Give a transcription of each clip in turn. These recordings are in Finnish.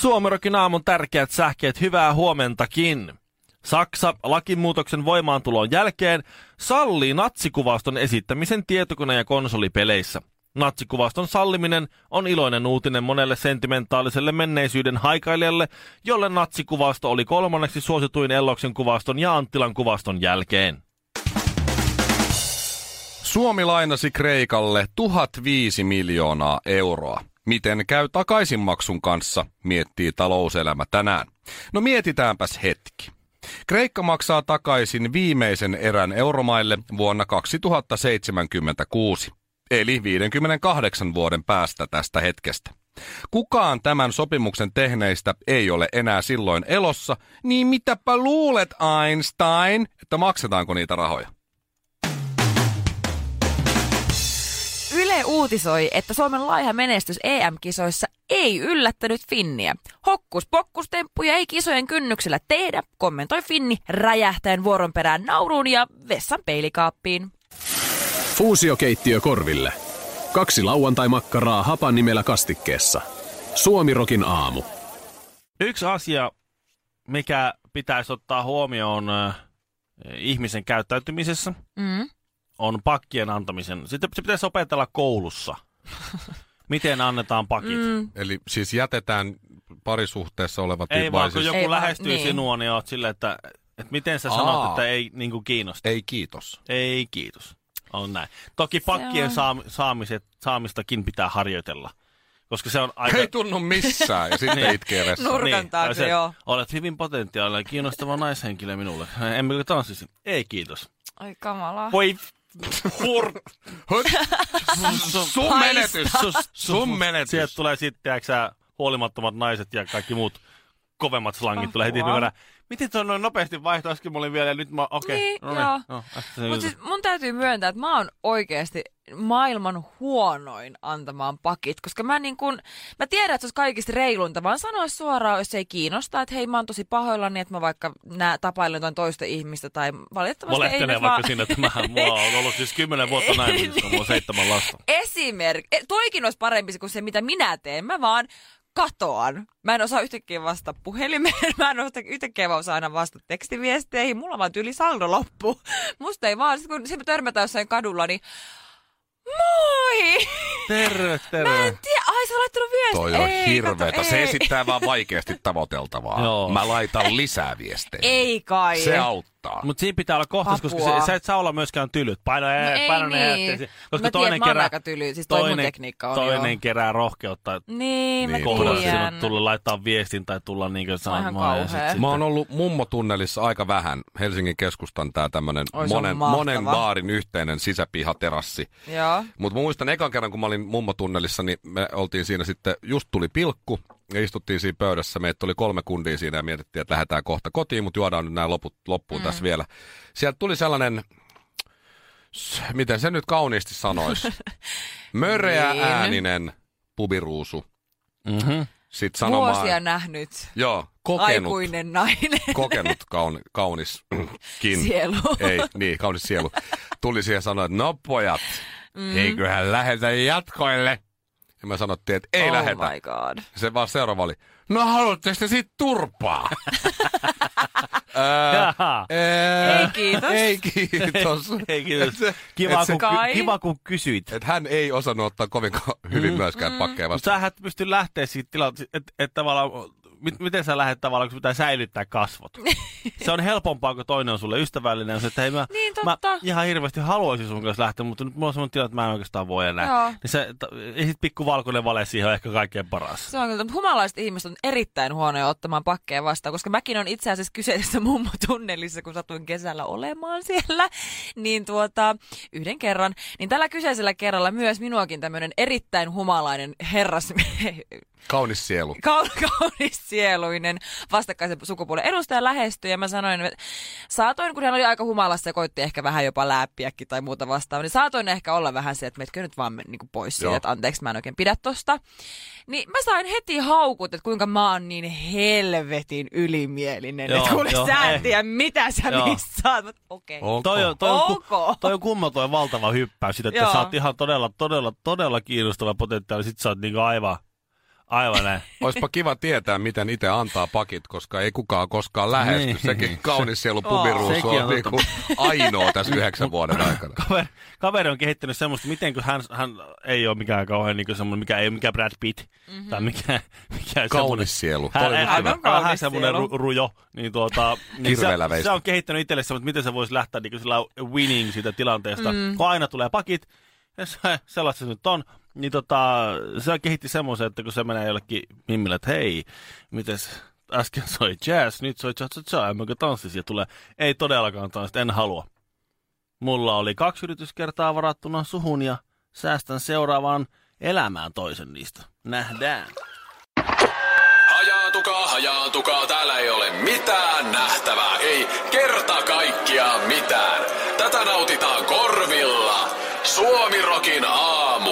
Suomerokin aamun tärkeät sähkeet, hyvää huomentakin. Saksa lakimuutoksen voimaantulon jälkeen sallii natsikuvaston esittämisen tietokone- ja konsolipeleissä. Natsikuvaston salliminen on iloinen uutinen monelle sentimentaaliselle menneisyyden haikailijalle, jolle natsikuvasto oli kolmanneksi suosituin Elloksen kuvaston ja Anttilan kuvaston jälkeen. Suomi lainasi Kreikalle 1005 miljoonaa euroa. Miten käy takaisinmaksun kanssa, miettii talouselämä tänään. No mietitäänpäs hetki. Kreikka maksaa takaisin viimeisen erän euromaille vuonna 2076, eli 58 vuoden päästä tästä hetkestä. Kukaan tämän sopimuksen tehneistä ei ole enää silloin elossa, niin mitäpä luulet Einstein, että maksetaanko niitä rahoja? Yle uutisoi, että Suomen laiha menestys EM-kisoissa ei yllättänyt Finniä. Hokkus pokkustemppuja ei kisojen kynnyksellä tehdä, kommentoi Finni räjähtäen vuoron perään nauruun ja vessan peilikaappiin. Fuusiokeittiö korville. Kaksi lauantai-makkaraa hapan nimellä kastikkeessa. Suomirokin aamu. Yksi asia, mikä pitäisi ottaa huomioon äh, ihmisen käyttäytymisessä, Mm. on pakkien antamisen. Sitten se pitäisi opetella koulussa. Miten annetaan pakit? Mm, Eli siis jätetään parisuhteessa olevat ei vaan, kun siis... joku Ei vaan, lähestyy niin. sinua, niin oot silleen, että, että miten sä Aa. sanot, että ei niin kuin kiinnosta. Ei kiitos. Ei kiitos. On näin. Toki pakkien on- saam- saamiset, saamistakin pitää harjoitella, koska se on aika... Ei tunnu missään ja sitten Niin. itkee vessaan. Nurkan taakse, tai se, joo. Olet hyvin potentiaalinen, kiinnostava naishenkilö minulle. Emmekö tanssisi? Ei kiitos. Ai kamala. Voi hur... Höt. Sun Paista. menetys! Sun menetys! Sieltä tulee sitten, tiedätkö huolimattomat naiset ja kaikki muut kovemmat slangit tulee heti Apua. perään. Miten tuo noin nopeasti vaihtoi? Äsken mä olin vielä ja nyt mä... Okei. Niin, no joo. No, äsken se Mutta juttu. siis mun täytyy myöntää, että mä oon oikeasti maailman huonoin antamaan pakit, koska mä niin kun, mä tiedän, että se olisi kaikista reilunta, vaan sanoa suoraan, jos ei kiinnosta, että hei mä oon tosi pahoillani, että mä vaikka nää, tapailen jotain toista ihmistä tai valitettavasti ei Valehtelee nyt vaikka vaan... siinä, että mä, mulla on ollut siis kymmenen vuotta naimisissa, mulla on seitsemän lasta. Esimerkki. E, Toikin olisi parempi se kuin se, mitä minä teen. Mä vaan katoan. Mä en osaa yhtäkkiä vastata puhelimeen, mä en osaa yhtäkkiä vaan osaa aina vastata tekstiviesteihin, mulla vaan tyyli saldo loppu. Musta ei vaan, sit kun se törmätään jossain kadulla, niin moi! Terve, Mä terve. en tiedä, ai sä oot laittanut viestiä. Toi on Ei, hirveetä. kato, Se ei. esittää vaan vaikeasti tavoiteltavaa. Joo. Mä laitan lisää viestejä. Ei kai. Se auttaa. Mutta siinä pitää olla kohtaus, koska Apua. se, sä et saa olla myöskään tylyt. Paina, No ei paina ne niin. jätteet. Mä Koska tiedän, toinen mä oon kerää, aika tyly. Siis toi mun tekniikka on, Toinen joo. kerää rohkeutta Niin, mä Niin, kohdata Tiedän. sinut tiedän. tulla laittaa viestin tai tulla niinkö ihan sanomaan. ja sit- kauhea. sitten- Mä oon ollut mummotunnelissa aika vähän. Helsingin keskustan tää tämmönen Oi, se on monen, mahtava. monen baarin yhteinen sisäpihaterassi. Joo. Mutta mä muistan ekan kerran, kun mä olin mummotunnelissa, niin me oltiin siinä sitten, just tuli pilkku ja istuttiin siinä pöydässä. Meitä oli kolme kundia siinä ja mietittiin, että lähdetään kohta kotiin, mutta juodaan nyt nämä loput, loppuun mm. tässä vielä. Sieltä tuli sellainen, s- miten se nyt kauniisti sanoisi, möreä Niin. ääninen pubiruusu. Mhm. Sitten sanomaan, Vuosia nähnyt. joo, kokenut, Aikuinen nainen. kokenut kaun, kauniskin. Sielu. Ei, niin, kaunis sielu. Tuli siihen ja sanoi, että no pojat, mm. eiköhän lähetä jatkoille. Ja me sanottiin, että ei oh lähetä. my god. Se vaan seuraava oli, no haluatteko te siitä turpaa? Ää, Jaha. ää, Ei kiitos. Ei kiitos. Ei, kiitos. Et se- Kiva, et se- kun, Kai. ky- kiva, kun kysyit. Että hän ei Mm. osannut ottaa kovinkaan hyvin myöskään pakkeja Mutta vastaan. sähän et pysty lähteä siitä tilanteesta, että et tavallaan mit, miten sä lähdet tavallaan, kun sun pitää säilyttää kasvot. se on helpompaa, kun toinen on sulle ystävällinen. On se, että hei, mä, Niin, mä totta. ihan hirveästi haluaisin sun kanssa lähteä, mutta nyt mulla on sellainen tilanne, että mä en oikeastaan voi enää. Joo. Niin se, t- ei sit pikku valkoinen vale siihen on ehkä kaikkein paras. Se on kyllä, mutta humalaiset ihmiset on erittäin huonoja ottamaan pakkeja vastaan, koska mäkin on itse asiassa kyseisessä mummotunnelissa, kun satuin kesällä olemaan siellä, niin tuota, yhden kerran, niin tällä kyseisellä kerralla myös minuakin tämmöinen erittäin humalainen herras, Kaunis sielu. kau- kaunis sieluinen vastakkaisen sukupuolen edustaja lähestyi ja mä sanoin, että saatoin, kun hän oli aika humalassa ja koitti ehkä vähän jopa läppiäkin tai muuta vastaavaa, niin saatoin ehkä olla vähän se, että metkö nyt vaan niin pois siitä, Joo. että anteeksi mä en oikein pidä tosta. Niin mä sain heti haukut, että kuinka mä oon niin helvetin ylimielinen, Joo, että kuule joo, sä ei. et tiedä mitä sä Joo. missaat. Mä- Okei. Okay. Okay. Toi on, toi, on, ku- Ok. toi on kumma toi valtava hyppäys siitä, että Joo. sä oot ihan todella, todella, todella kiinnostava potentiaali. Sit sä oot niinku aivan, aivan näin. Oispa kiva tietää, miten itse antaa pakit, koska ei kukaan koskaan lähesty. Niin. Niin. Sekin kaunis sielu Joo. pubiruusu Sekin on, on niin kuin ainoa tässä yhdeksän vuoden aikana. kaveri, kaveri on kehittänyt semmoista, miten kun hän, hän ei ole mikään kauhean niin semmoinen, mikä ei ole mikään Brad Pitt, Mhm. mm-hmm. tai mikä, mikä semmoinen- Kaunis sielu. Hän, Toi hän, on hän, hyvä. hän, Aivan vähän kaunis semmoinen ru, sielu. rujo. Niin tuota, niin se, Kirveellä veistä. se, on kehittänyt itselle semmoista, miten se voisi lähteä niin sillä winning siitä tilanteesta. Mm. Kun aina tulee pakit, ja se, sellaista se nyt on, niin tota, se kehitti semmoisen, että kun se menee jollekin mimmille, että hei, mites äsken soi jazz, nyt soi cha cha cha, emmekö tanssisi ja tulee, ei todellakaan tanssit, en halua. Mulla oli kaksi yrityskertaa varattuna suhun ja säästän seuraavaan elämään toisen niistä. Nähdään. Hajaantukaa, hajaantukaa, täällä ei ole mitään nähtävää, ei kerta kaikkiaan mitään. Tätä nautitaan korvilla. Suomirokin aamu.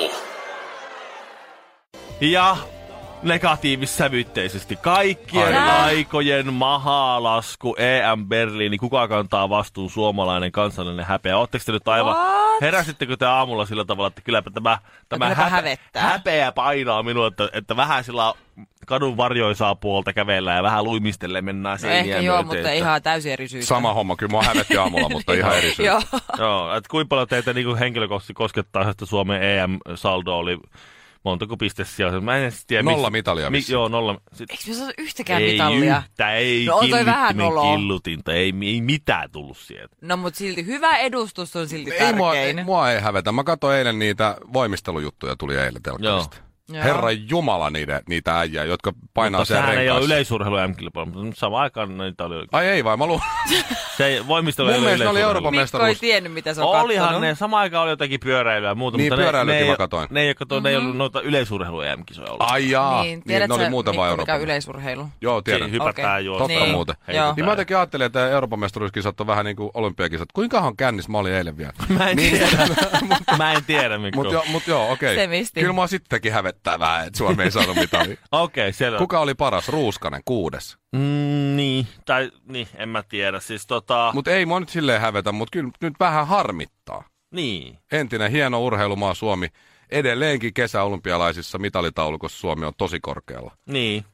Ja negatiivissävytteisesti. Kaikkien Aivan. aikojen mahalasku E EM Berliini. niin Kuka kantaa vastuun suomalainen kansallinen häpeä? Oletteko te nyt aivan... What? Heräsittekö te aamulla sillä tavalla, että kylläpä tämä, tämä kylläpä hävettää. häpeä painaa minua, että, että vähän sillä kadun varjoisaa puolta kävellään ja vähän luimistelle mennään No seiniä ehkä joo, myöten, mutta että- ihan täysin eri syystä. Sama homma, kyllä mua hävetti aamulla, mutta ihan eri syy. Joo. Joo, että kuinka paljon teitä niin henkilökohtaisesti koskettaa, että Suomen EM-saldo oli montako pistesiä? Mä en edes tiedä. Nolla mitalia Mi- vissiin. joo, nolla. Sit, Eikö me saatu yhtäkään ei mitallia? Yhtä, ei No on toi killitti, vähän men noloa. killutinta, ei, ei mitään tullut sieltä. No mut silti hyvä edustus on silti Ei mua, tärkein. mua ei hävetä. Mä katsoin eilen niitä voimistelujuttuja, tuli eilen telkkarista. Joo. Herra Jumala niitä, niitä äijää, jotka painaa Mutta sen sehän ei ole renkaassa. yleisurheilu M-kilpailu, mutta nyt samaan aikaan niitä oli. Ai ei vai, mä luulen. Se ei, voimistelu Mun ei ole mielestä ne oli yleisurheilu. Niin, Euroopan Mikko ei mestaruus. tiennyt, mitä se on Olihan kattonut. ne, samaan aikaan oli jotakin pyöräilyä ja muuta, Niin, mutta ne, pyöräilyäkin ne, ei, mä oo- katoin. ne ei, mm-hmm. Mhm. ne ei ollut noita yleisurheilu EM-kisoja ollut. Ai jaa, Niin, niin, tiedätkö, ne oli muuten Mikko, vaan mikä Euroopan. on yleisurheilu? Joo, Siinä tiedän. hypätään Okei. juosta. Totta Niin. muuten. Joo. Niin mä jotenkin ajattelin, että Euroopan mestaruuskisat on vähän niin kuin olympiakisat. Kuinkahan kännis mä olin eilen vielä? Mä en Niin. tiedä, mä en tiedä Mikko. Mutta Okei, jo, mut joo, okei. Se misti. Kyllä mua sittenkin hävettää vähän, että Suomi ei saanut mitään. siellä Kuka oli paras? Ruuskanen, kuudes. Mm, niin, tai niin, en mä tiedä. Siis tota, Mut... Mutta ei mua nyt silleen hävetä, mutta kyllä nyt vähän harmittaa. niin. Entinen hieno urheilumaa Suomi. Edelleenkin kesäolympialaisissa mitalitaulukossa Suomi on tosi korkealla. Niin,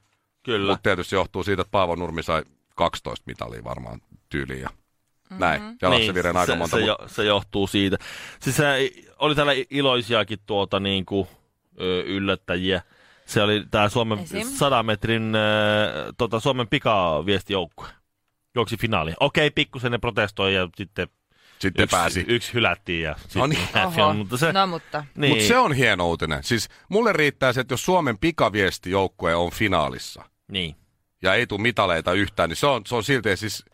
kyllä. Mutta tietysti johtuu siitä, että Paavo Nurmi sai 12 mitalia varmaan tyyliin ja näin. Ja Lasse niin, Viren aika monta. se, mut- jo, se johtuu siitä. Siis se, oli täällä iloisiakin tuota niin kuin, ö, yllättäjiä. Se oli tämä Suomen Esim. 100 metrin ö, tota, Suomen pikaviestijoukkue. Juoksi finaali. Okei, pikkusen ne protestoi ja sitten Sitten yksi, pääsi. yksi hylättiin. Ja sitten No niin. häviä, Oho. mutta se, No mutta. niin, Mutta se on hieno uutinen. Siis mulle riittää se, että jos Suomen pikaviestijoukkue on finaalissa niin. ja ei tule mitaleita yhtään, niin se on, se on silti siis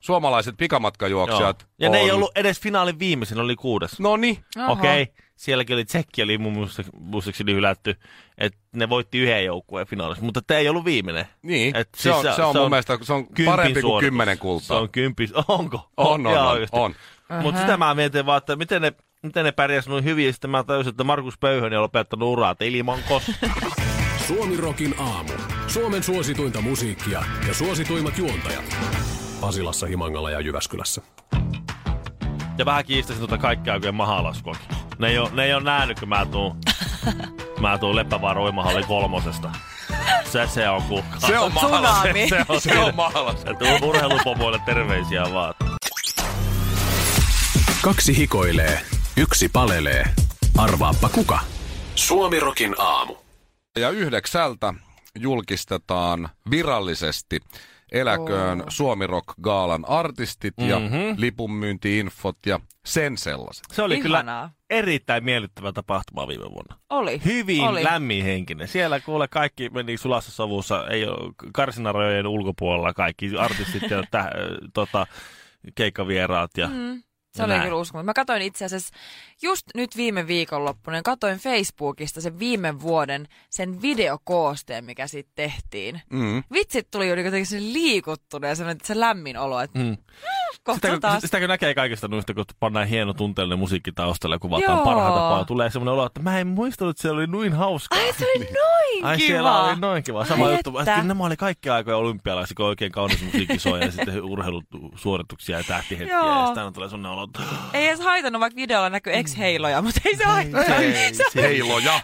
suomalaiset pikamatkajuoksijat. Joo. Ja on... ne ei ollut edes finaalin viimeisin, ne oli kuudes. No niin. Oho. Okei, okay. sielläkin oli Tsekki, oli mun muista- muistaakseni hylätty, että ne voitti yhden joukkueen finaalissa, mutta tämä ei ollut viimeinen. Niin. Et siis se, on, se, on, mun mielestä se on kympin parempi kuin suoritus. kymmenen kultaa. Se on kympin, onko? on, on, on, on. Mutta sitä mä mietin vaan, että miten ne, miten ne pärjäs noin hyvin, ja sitten mä tajusin, että Markus Pöyhönen on lopettanut uraa, että ilman kosta. Suomirokin aamu. Suomen suosituinta musiikkia ja suosituimmat juontajat. Pasilassa, Himangalla ja Jyväskylässä. ja vähän kiistäisin tuota kaikkia aikojen mahalaskuakin. Ne ei, oo, ne ei oo nähnyt, kun mä tuun, mä tuun Leppävaara uimahallin kolmosesta. Se se on kuulkaa. Se on mahalas. Tsunami. se on, Se on mahalas. Että urheilupomoille terveisiä vaan. Kaksi hikoilee, yksi palelee. Arvaappa kuka? Suomirokin aamu. Ja yhdeksältä julkistetaan virallisesti eläköön oh. Suomi Rock Gaalan artistit ja mm-hmm. lipunmyyntiinfot ja sen sellaiset. Se oli Ihanaa. kyllä erittäin miellyttävä tapahtuma viime vuonna. Oli. Hyvin oli. lämminhenkinen. Siellä kuule kaikki meni sulassa sovussa, ei ole karsinarajojen ulkopuolella kaikki artistit ja täh, tota, keikkavieraat. Ja, mm. Se oli kyllä uskomaton. Mä katsoin itse asiassa just nyt viime viikonloppuna, katoin Facebookista sen viime vuoden sen videokoosteen, mikä siitä tehtiin. Mm. Vitsit tuli jo jotenkin se liikuttunut ja semmoinen se lämmin olo, että mm. kohta Sitä, kun, taas. sitä kun näkee kaikista noista, kun pannaan hieno tunteellinen musiikki taustalle ja kuvataan Joo. parhaata tapaa, tulee semmoinen olo, että mä en muistanut, että siellä oli noin hauskaa. Ai se oli noin Niin. Ai kiva. siellä oli noin kiva. Sama Ai juttu. että. Että. Nämä oli kaikki aikoja olympialaisia, kun oikein kaunis musiikki soi ja sitten urheilusuorituksia ja tähtihetkiä. Joo. ja sitten tulee sellainen olo, että Ei edes haitannut, vaikka videolla näkyy ex-heiloja, mutta ei se haitannut. Ei, Se- se- Heiloja!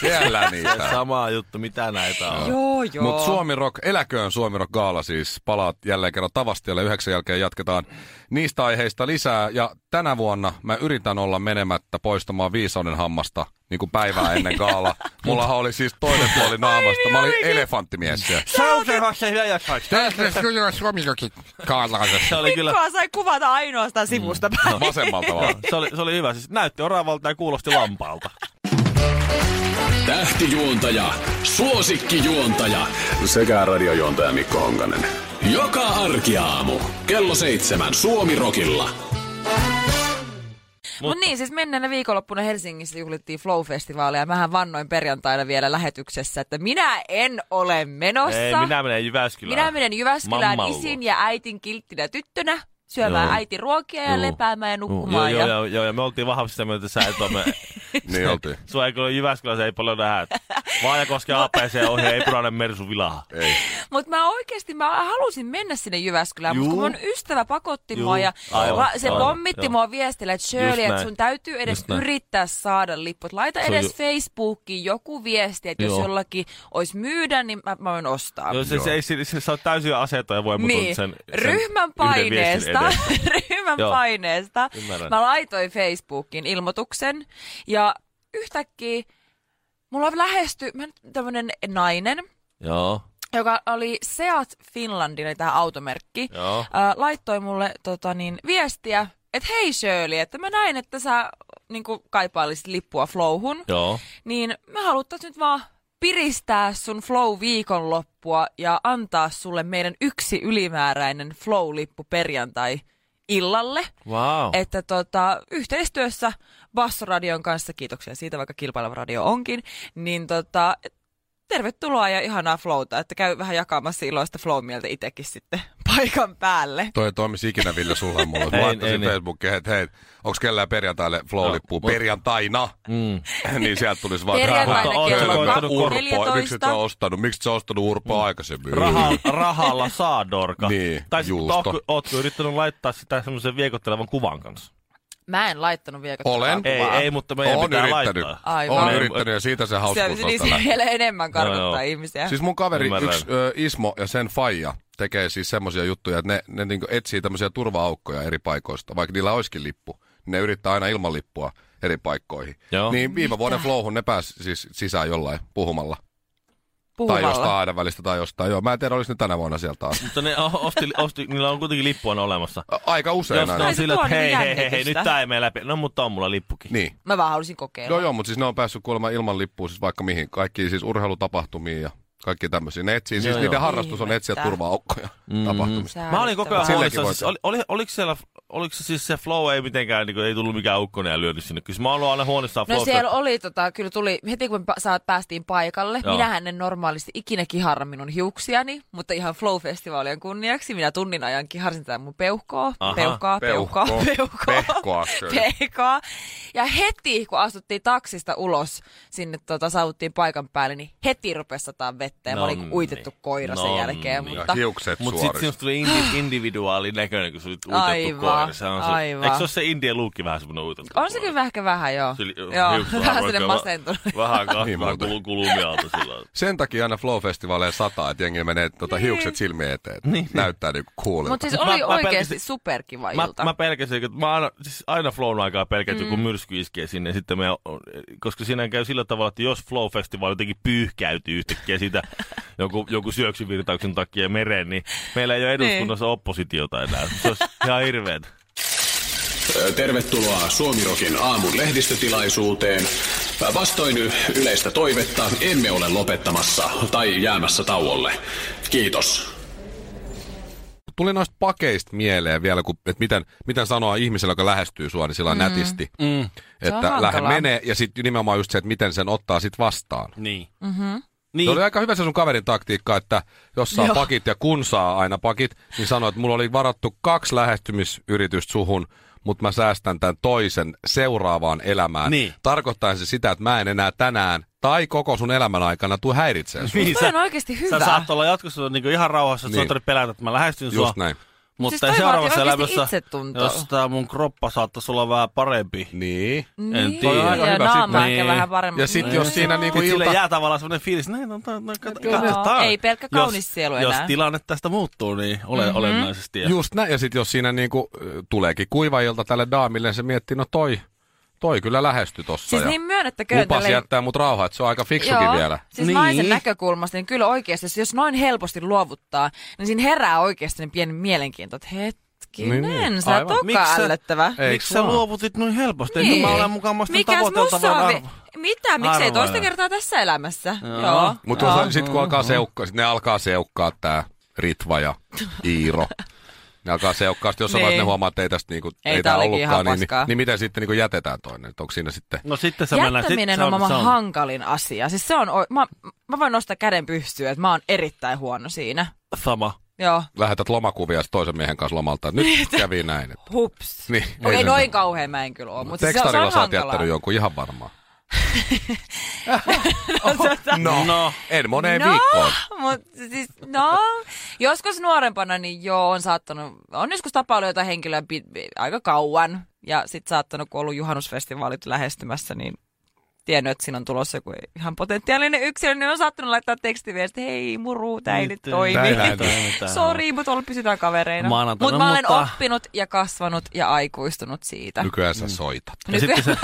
Siellä niitä. sama juttu, mitä näitä on. Joo, joo. Mutta Suomi Rock, eläköön Suomi Rock Gaala siis palaa jälleen kerran Tavastialle yhdeksän jälkeen jatketaan niistä aiheista lisää. Ja tänä vuonna mä yritän olla menemättä poistamaan viisauden hammasta niin kuin päivää ennen gaala. Mullahan oli siis toinen puoli naamasta. Mä olin elefanttimies siellä. Se on se vasta hyvä jossain. Suomi Rockin Gaalaa. Se oli kyllä... Mm. No, Mikkoa sai kuvata ainoastaan sivusta päin. Vasemmalta vaan. Se oli, se oli hyvä. Siis näytti oravalta ja kuulosti lampaalta. Tähtijuontaja, suosikkijuontaja sekä radiojuontaja Mikko Honkanen. Joka arkiaamu kello seitsemän Suomi Rokilla. Mutta niin, siis menneenä viikonloppuna Helsingissä juhlittiin Flow-festivaaleja. Mähän vannoin perjantaina vielä lähetyksessä, että minä en ole menossa. Ei, minä menen Jyväskylään. minä menen Jyväskylään Mamman luo. isin ja äitin kilttinä tyttönä syömään Joo. äiti ruokia ja Joo. lepäämään ja Mm. Joo, nukkumaan. Joo, ja... joo, joo, ja me oltiin vahvasti sitä mieltä, että sä et ole me... Niin oltiin. Sua ei kyllä Jyväskylässä ei paljon nähdä. Vaajakoski APC ohje, ei punainen mersu vilaha. Mutta mä oikeasti mä halusin mennä sinne Jyväskylään, mutta kun Juu. mun ystävä pakotti Juu, mua ja aivan, la, se aivan, pommitti joo. mua viestillä, että Just Shirley, että näin. sun täytyy edes Just näin. yrittää saada lipput. Laita Se on edes ju- Facebookiin joku viesti, että jos Joo. jollakin olisi myydä, niin mä, mä voin ostaa. Joo, se, se, ei, se, se, se on täysin aseton ja voimaton Niin, sen, sen ryhmän yhden viestin paineesta, edessä. ryhmän Joo. paineesta Ymmärrän. mä laitoin Facebookiin ilmoituksen ja yhtäkkiä mulla lähesty tämmönen nainen, Joo, joka oli Seat Finland, eli tämä automerkki, Joo. ää, laittoi mulle tota, niin, viestiä, että hei Shirley, että mä näin, että sä niin kaipailisit lippua Flowhun, joo. niin me haluttais nyt vaan piristää sun Flow-viikonloppua ja antaa sulle meidän yksi ylimääräinen Flow-lippu perjantai illalle. Wow. Että tota, yhteistyössä Bassoradion kanssa, kiitoksia siitä, vaikka kilpaileva radio onkin, niin tota, tervetuloa ja ihanaa flowta, että käy vähän jakamassa iloista flow-mieltä itsekin sitten paikan päälle. Toi ei toimisi ikinä Ville sulla ja mulla. Mä Ei, ei laittaisin niin. Facebookiin, että hei, onks kellään perjantaille flow-lippua? No, mut- Perjantaina! Mm. niin sieltä tulisi vaan Perjantaina rahaa. kello Mutta oot sä kaksi- Urpo, 14. Miksi et sä ostanut? Miksi et sä ostanut Urpoa Mm. aikaisemmin? Raha, rahalla saa dorka. Niin, tai sit, juusto. ootko, ootko yrittänyt laittaa sitä semmoisen viekottelevan kuvan kanssa? Mä en laittanut vielä Olen. Ei, ei, mutta meidän Oon pitää yrittänyt. laittaa. Aivan. Oon Me- yrittänyt ja siitä se Se hauskuus niin vasta se lähtee. vielä enemmän karkottaa Joo, joo. ihmisiä. Siis mun kaveri, Ymmärrän. yksi ö, Ismo ja sen faija tekee siis semmoisia juttuja, että ne, ne niinku etsii tämmöisiä turvaaukkoja eri paikoista, vaikka niillä olisikin lippu. Ne yrittää aina ilman lippua eri paikkoihin. Joo. Niin viime vuoden flowhun ne pääsi siis sisään jollain puhumalla. puhumalla. Tai jostain aina välistä tai jostain. Joo, mä en tiedä, olis ne tänä vuonna sieltä taas. Mutta ne o- osti, osti, niillä on kuitenkin lippu on olemassa. A- Aika usein Jos ne aina. Ai on se sillä, tuo että hei, niinku hei, hei, hei, nyt jännitystä. tää ei mene läpi. No, mutta on mulla lippukin. Niin. Mä vaan halusin kokeilla. Joo, joo, mutta siis ne on päässyt kuulemma ilman lippua siis vaikka mihin. Kaikki siis urheilutapahtumiin ja kaikki tämmöisiä. Ne etsii, siis Joo, niiden joo. harrastus on etsiä Ihmettä. turvaaukkoja mm-hmm. tapahtumista. Säälittävää. Mä olin koko ajan Silläkin huolissaan, voi siis tehdä. oli, oli, oliko, siellä, oliko se siis se flow ei mitenkään, niin kuin, ei tullut mikään ukkonen ja lyöty sinne. Kyllä mä oon ollut aina huolissaan No flowsta. siellä oli, tota, kyllä tuli, heti kun me pa- saat, päästiin paikalle, Joo. minähän en normaalisti ikinä kiharra minun hiuksiani, mutta ihan Flow-festivaalien kunniaksi minä tunnin ajan kiharsin tätä mun peuhkoa, Aha. peuhkaa, peuhkaa, Peuhkoa. peuhkaa, Pehkoa, kyllä. peuhkaa. Ja heti, kun astuttiin taksista ulos sinne, tota, saavuttiin paikan päälle, niin heti rupesi sataa vettä ja mä olin Nonni. uitettu koira sen jälkeen, Nonni. mutta... Ja hiukset Mut sit suoriksi. sinusta tuli indi, individuaali näköinen, kun sä olit Aivan, uitettu koira. Se on se, aivan. Eikö se ole se Indian luukki vähän semmoinen uitettu On se kyllä ehkä vähän, joo. Se oli- joo, hiukset vähän oikein sinne va- masentunut. Vähän kahtaa Niin niin muuten. kul, kulumialta silloin. Sen takia aina Flow-festivaaleja sataa, että jengi menee tota, hiukset silmien eteen. Niin. Näyttää niinku coolilta. Mutta siis Mä- oli mä oikeasti pelkäsin- superkiva Mä, ilta. mä pelkäsin, että mä aina, siis aina flown aikaa pelkään, mm. kun myrsky iskee sinne. Sitten me, koska siinä käy sillä tavalla, että jos flow-festivaali jotenkin pyyhkäytyy yhtäkkiä siitä joku, joku syöksyvirtauksen takia mereen, niin meillä ei ole eduskunnassa niin. oppositiota enää. Se olisi ihan hirveet. Tervetuloa Suomirokin aamun lehdistötilaisuuteen. Vastoin yleistä toivetta emme ole lopettamassa tai jäämässä tauolle. Kiitos. Tuli noista pakeista mieleen vielä, kun, että miten, miten sanoa ihmiselle, joka lähestyy sua, niin sillä mm. nätisti. Mm. Että hankalaa. lähde menee ja sitten nimenomaan just se, että miten sen ottaa sit vastaan. Niin. Mm-hmm. Niin. Se Niin, oli aika hyvä se sun kaverin taktiikka, että jos saa Joo. pakit ja kun saa aina pakit, niin sanoi, että mulla oli varattu kaksi lähestymisyritystä suhun, mutta mä säästän tämän toisen seuraavaan elämään. Niin. Tarkoittaa se sitä, että mä en enää tänään tai koko sun elämän aikana tuu häiritsemään sua. niin Toi on oikeasti hyvä. Sä saat olla jatkossa niin ihan rauhassa, että Niin. niin. sun pelätä, että mä lähestyn sua. Just näin. Siis Mutta toi siis seuraavassa vaatii oikeasti elämässä, itsetuntoa. jos tää mun kroppa saattaisi olla vähän parempi. Niin. Niin, En tiedä. ja Aika hyvä naama sitten. ehkä Niin. vähän paremmin. Ja no, sit Niin. jos siinä niinku Niin sille ilta... jää tavallaan semmoinen fiilis, näin on, no, Joo. katsotaan. Ei pelkkä kaunis sielu jos, enää. Jos tilanne tästä muuttuu, niin ole mm-hmm. olennaisesti. Ja Just näin. Ja sit jos siinä niinku äh, tuleekin kuivailta tälle daamille, se miettii, no toi, toi kyllä lähesty tossa. Siis ja niin myönnettäköön Lupas tälleen- jättää mut rauhaan, että se on aika fiksukin Joo, vielä. siis Niin. naisen näkökulmasta, niin kyllä oikeasti, jos- jos noin helposti luovuttaa, niin siinä herää oikeasti ne pieni mielenkiinto, että Niin, hetkinen, niin. niin, sä Aivan. toka Miksi sä- ällöttävä. Ei, Miksi sä vaan? luovutit noin helposti? Niin. Niin. Mä olen mukaan musta Mikäs musta tavoiteltava on? arvo. vi- Mitä? Miksei arvoinen. toista kertaa tässä elämässä? Joo. Mutta sitten kun Mm-hmm. alkaa seukkaa, sit ne alkaa seukkaa tää Ritva ja Iiro. Ne alkaa seukkaa, sit jossain Niin. vaiheessa ne huomaa, että ei tästä niinku, Ei ei, tää tää olikin ihan ollutkaan, niin, niin, paskaa. niin, miten sitten niinku jätetään toinen, että onko siinä sitten... No sitten se mennään. sit Jättäminen se on se maailman hankalin asia. Siis se on, oi- mä, mä voin nostaa käden pystyyn, että mä oon erittäin huono siinä. Sama. Joo, Lähetät lomakuvia sit toisen miehen kanssa lomalta, nyt kävi näin. Et, hups. Niin, Niin, Okei, ei noin sen- kauhean mä en kyllä oo, mutta siis se, se Tekstarilla on sä oot hankalaa. jättänyt jonkun ihan varmaan. No. no. En moneen no, viikkoon. Mut, siis, no, joskus nuorempana niin joo, on saattanut, on joskus tapailu jotain henkilöä pi- pi- aika kauan ja sitten saattanut, kun on ollut juhannusfestivaalit lähestymässä, niin tiennyt, että siinä on tulossa joku ihan potentiaalinen yksilö, niin on saattanut laittaa tekstiviesti, hei muru, tää ei nyt Nyt ei- toimi. tää ei lähde. Sori, mutta olla pysytään kavereina. Maanantaina, Mut mä olen mutta- oppinut ja kasvanut ja aikuistunut siitä. Nykyään sä soitat. Ja, sitten se,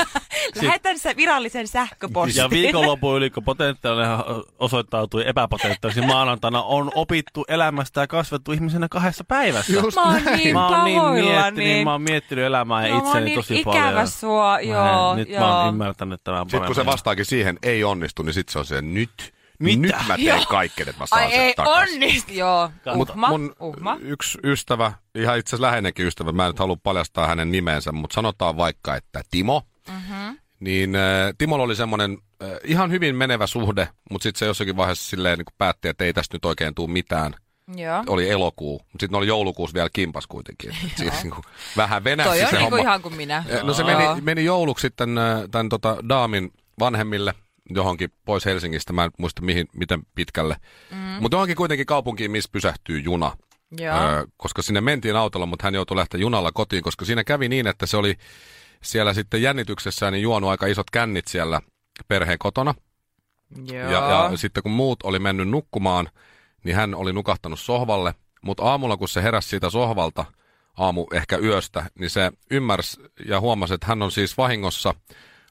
Lähetän sä virallisen sähköpostin. ja viikonlopun yli, kun potentiaalinen osoittautui epäpotentiaaliseksi maanantaina, on opittu elämästä ja kasvettu ihmisenä kahdessa päivässä. Mä oon niin mä oon niin pahoillani. miettinyt, mä oon miettinyt elämää ja No, mä oon itseäni niin tosi ikävä paljon. sua, joo, Nyt joo. mä oon ymmärtänyt tämän Sitten kun se paremmin. vastaakin siihen, ei onnistu, niin sit se on se nyt. Mitä? Nyt mä teen kaiken, että mä saan Ai sen ei takaisin. onnistu, joo. Mut Uhma, mun uhma. yksi ystävä, ihan itse asiassa läheinenkin ystävä, mä en nyt halua paljastaa hänen nimensä, mutta sanotaan vaikka, että Timo. Mm-hmm. Niin äh, Timolla oli semmoinen äh, ihan hyvin menevä suhde, mutta sitten se jossakin vaiheessa silleen niin päätti, että ei tästä nyt oikein tule mitään. Joo. Oli elokuu, mutta sitten ne oli joulukuussa vielä kimpas kuitenkin. Et Siinä niin kuin, vähän venähti Toi Siis se on niinku homma. ihan kuin minä. No se Joo. meni, meni jouluksi sitten äh, tämän tota, daamin vanhemmille johonkin pois Helsingistä. Mä en muista mihin, miten pitkälle. Mm. Mutta johonkin kuitenkin kaupunkiin, missä pysähtyy juna. Joo. Ö, koska sinne mentiin autolla, mutta hän joutui lähteä junalla kotiin, koska siinä kävi niin, että se oli siellä sitten jännityksessään niin juonut aika isot kännit siellä perheen kotona. Joo. Ja, ja sitten kun muut oli mennyt nukkumaan, niin hän oli nukahtanut sohvalle. Mutta aamulla, kun se heräsi siitä sohvalta, aamu ehkä yöstä, niin se ymmärsi ja huomasi, että hän on siis vahingossa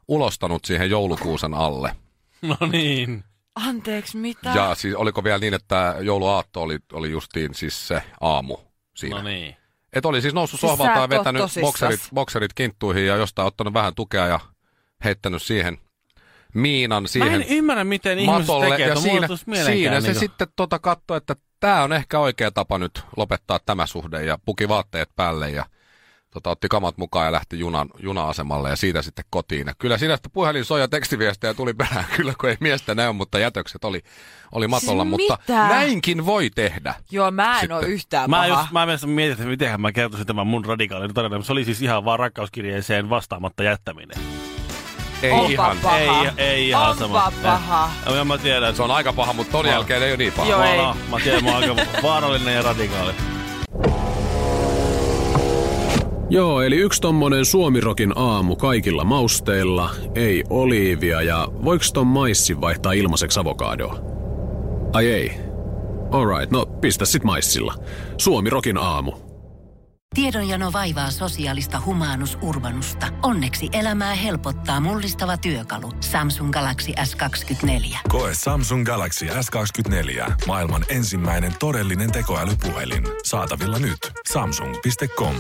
ulostanut siihen joulukuusen alle. No niin. Anteeksi, mitä? Ja siis oliko vielä niin, että jouluaatto oli, oli justiin siis se aamu siinä. No niin. Et oli siis noussut Siis sohvalta sä ja et oo vetänyt tosissas. bokserit, bokserit kinttuihin ja jostain ottanut vähän tukea ja heittänyt siihen miinan Mä siihen en ymmärrä, miten ihmiset matolle. tekee, Ja että siinä, mulla tulisi siinä mielenkään. niin niinku- se sitten tota katsoi, että tämä on ehkä oikea tapa nyt lopettaa tämä suhde ja puki vaatteet päälle ja tota, otti kamat mukaan ja lähti junan, juna-asemalle ja siitä sitten kotiin. Ja kyllä siinä sitten puhelin soi ja tekstiviestejä tuli perään kyllä, kun ei miestä näy, mutta jätökset oli, oli matolla. mutta Siis mitä? näinkin voi tehdä. Joo, mä en oo Sitten. yhtään Mä, paha. just, mä myös mietin, että miten mä kertoisin tämän mun radikaalin tarinan. Se oli siis ihan vaan rakkauskirjeeseen vastaamatta jättäminen. Ei Onpa ihan. paha. Ei, ei ihan Onpa sama. paha. Eh, Ja mä tiedän, että Se on aika paha, mutta ton Mä- jälkeen ei ole niin paha. Joo, ei. Mä, mä tiedän, mä oon aika vaarallinen ja radikaali. Joo, eli yksi tommonen suomirokin aamu kaikilla mausteilla, ei oliivia ja voiks ton maissi vaihtaa ilmaiseksi avokadoa? Ai ei. Alright, no pistä sit maissilla. Suomirokin aamu. Tiedonjano vaivaa sosiaalista humanus urbanusta. Onneksi elämää helpottaa mullistava työkalu Samsung Galaxy S24. Koe Samsung Galaxy S24. Maailman ensimmäinen todellinen tekoälypuhelin. Saatavilla nyt. Samsung.com.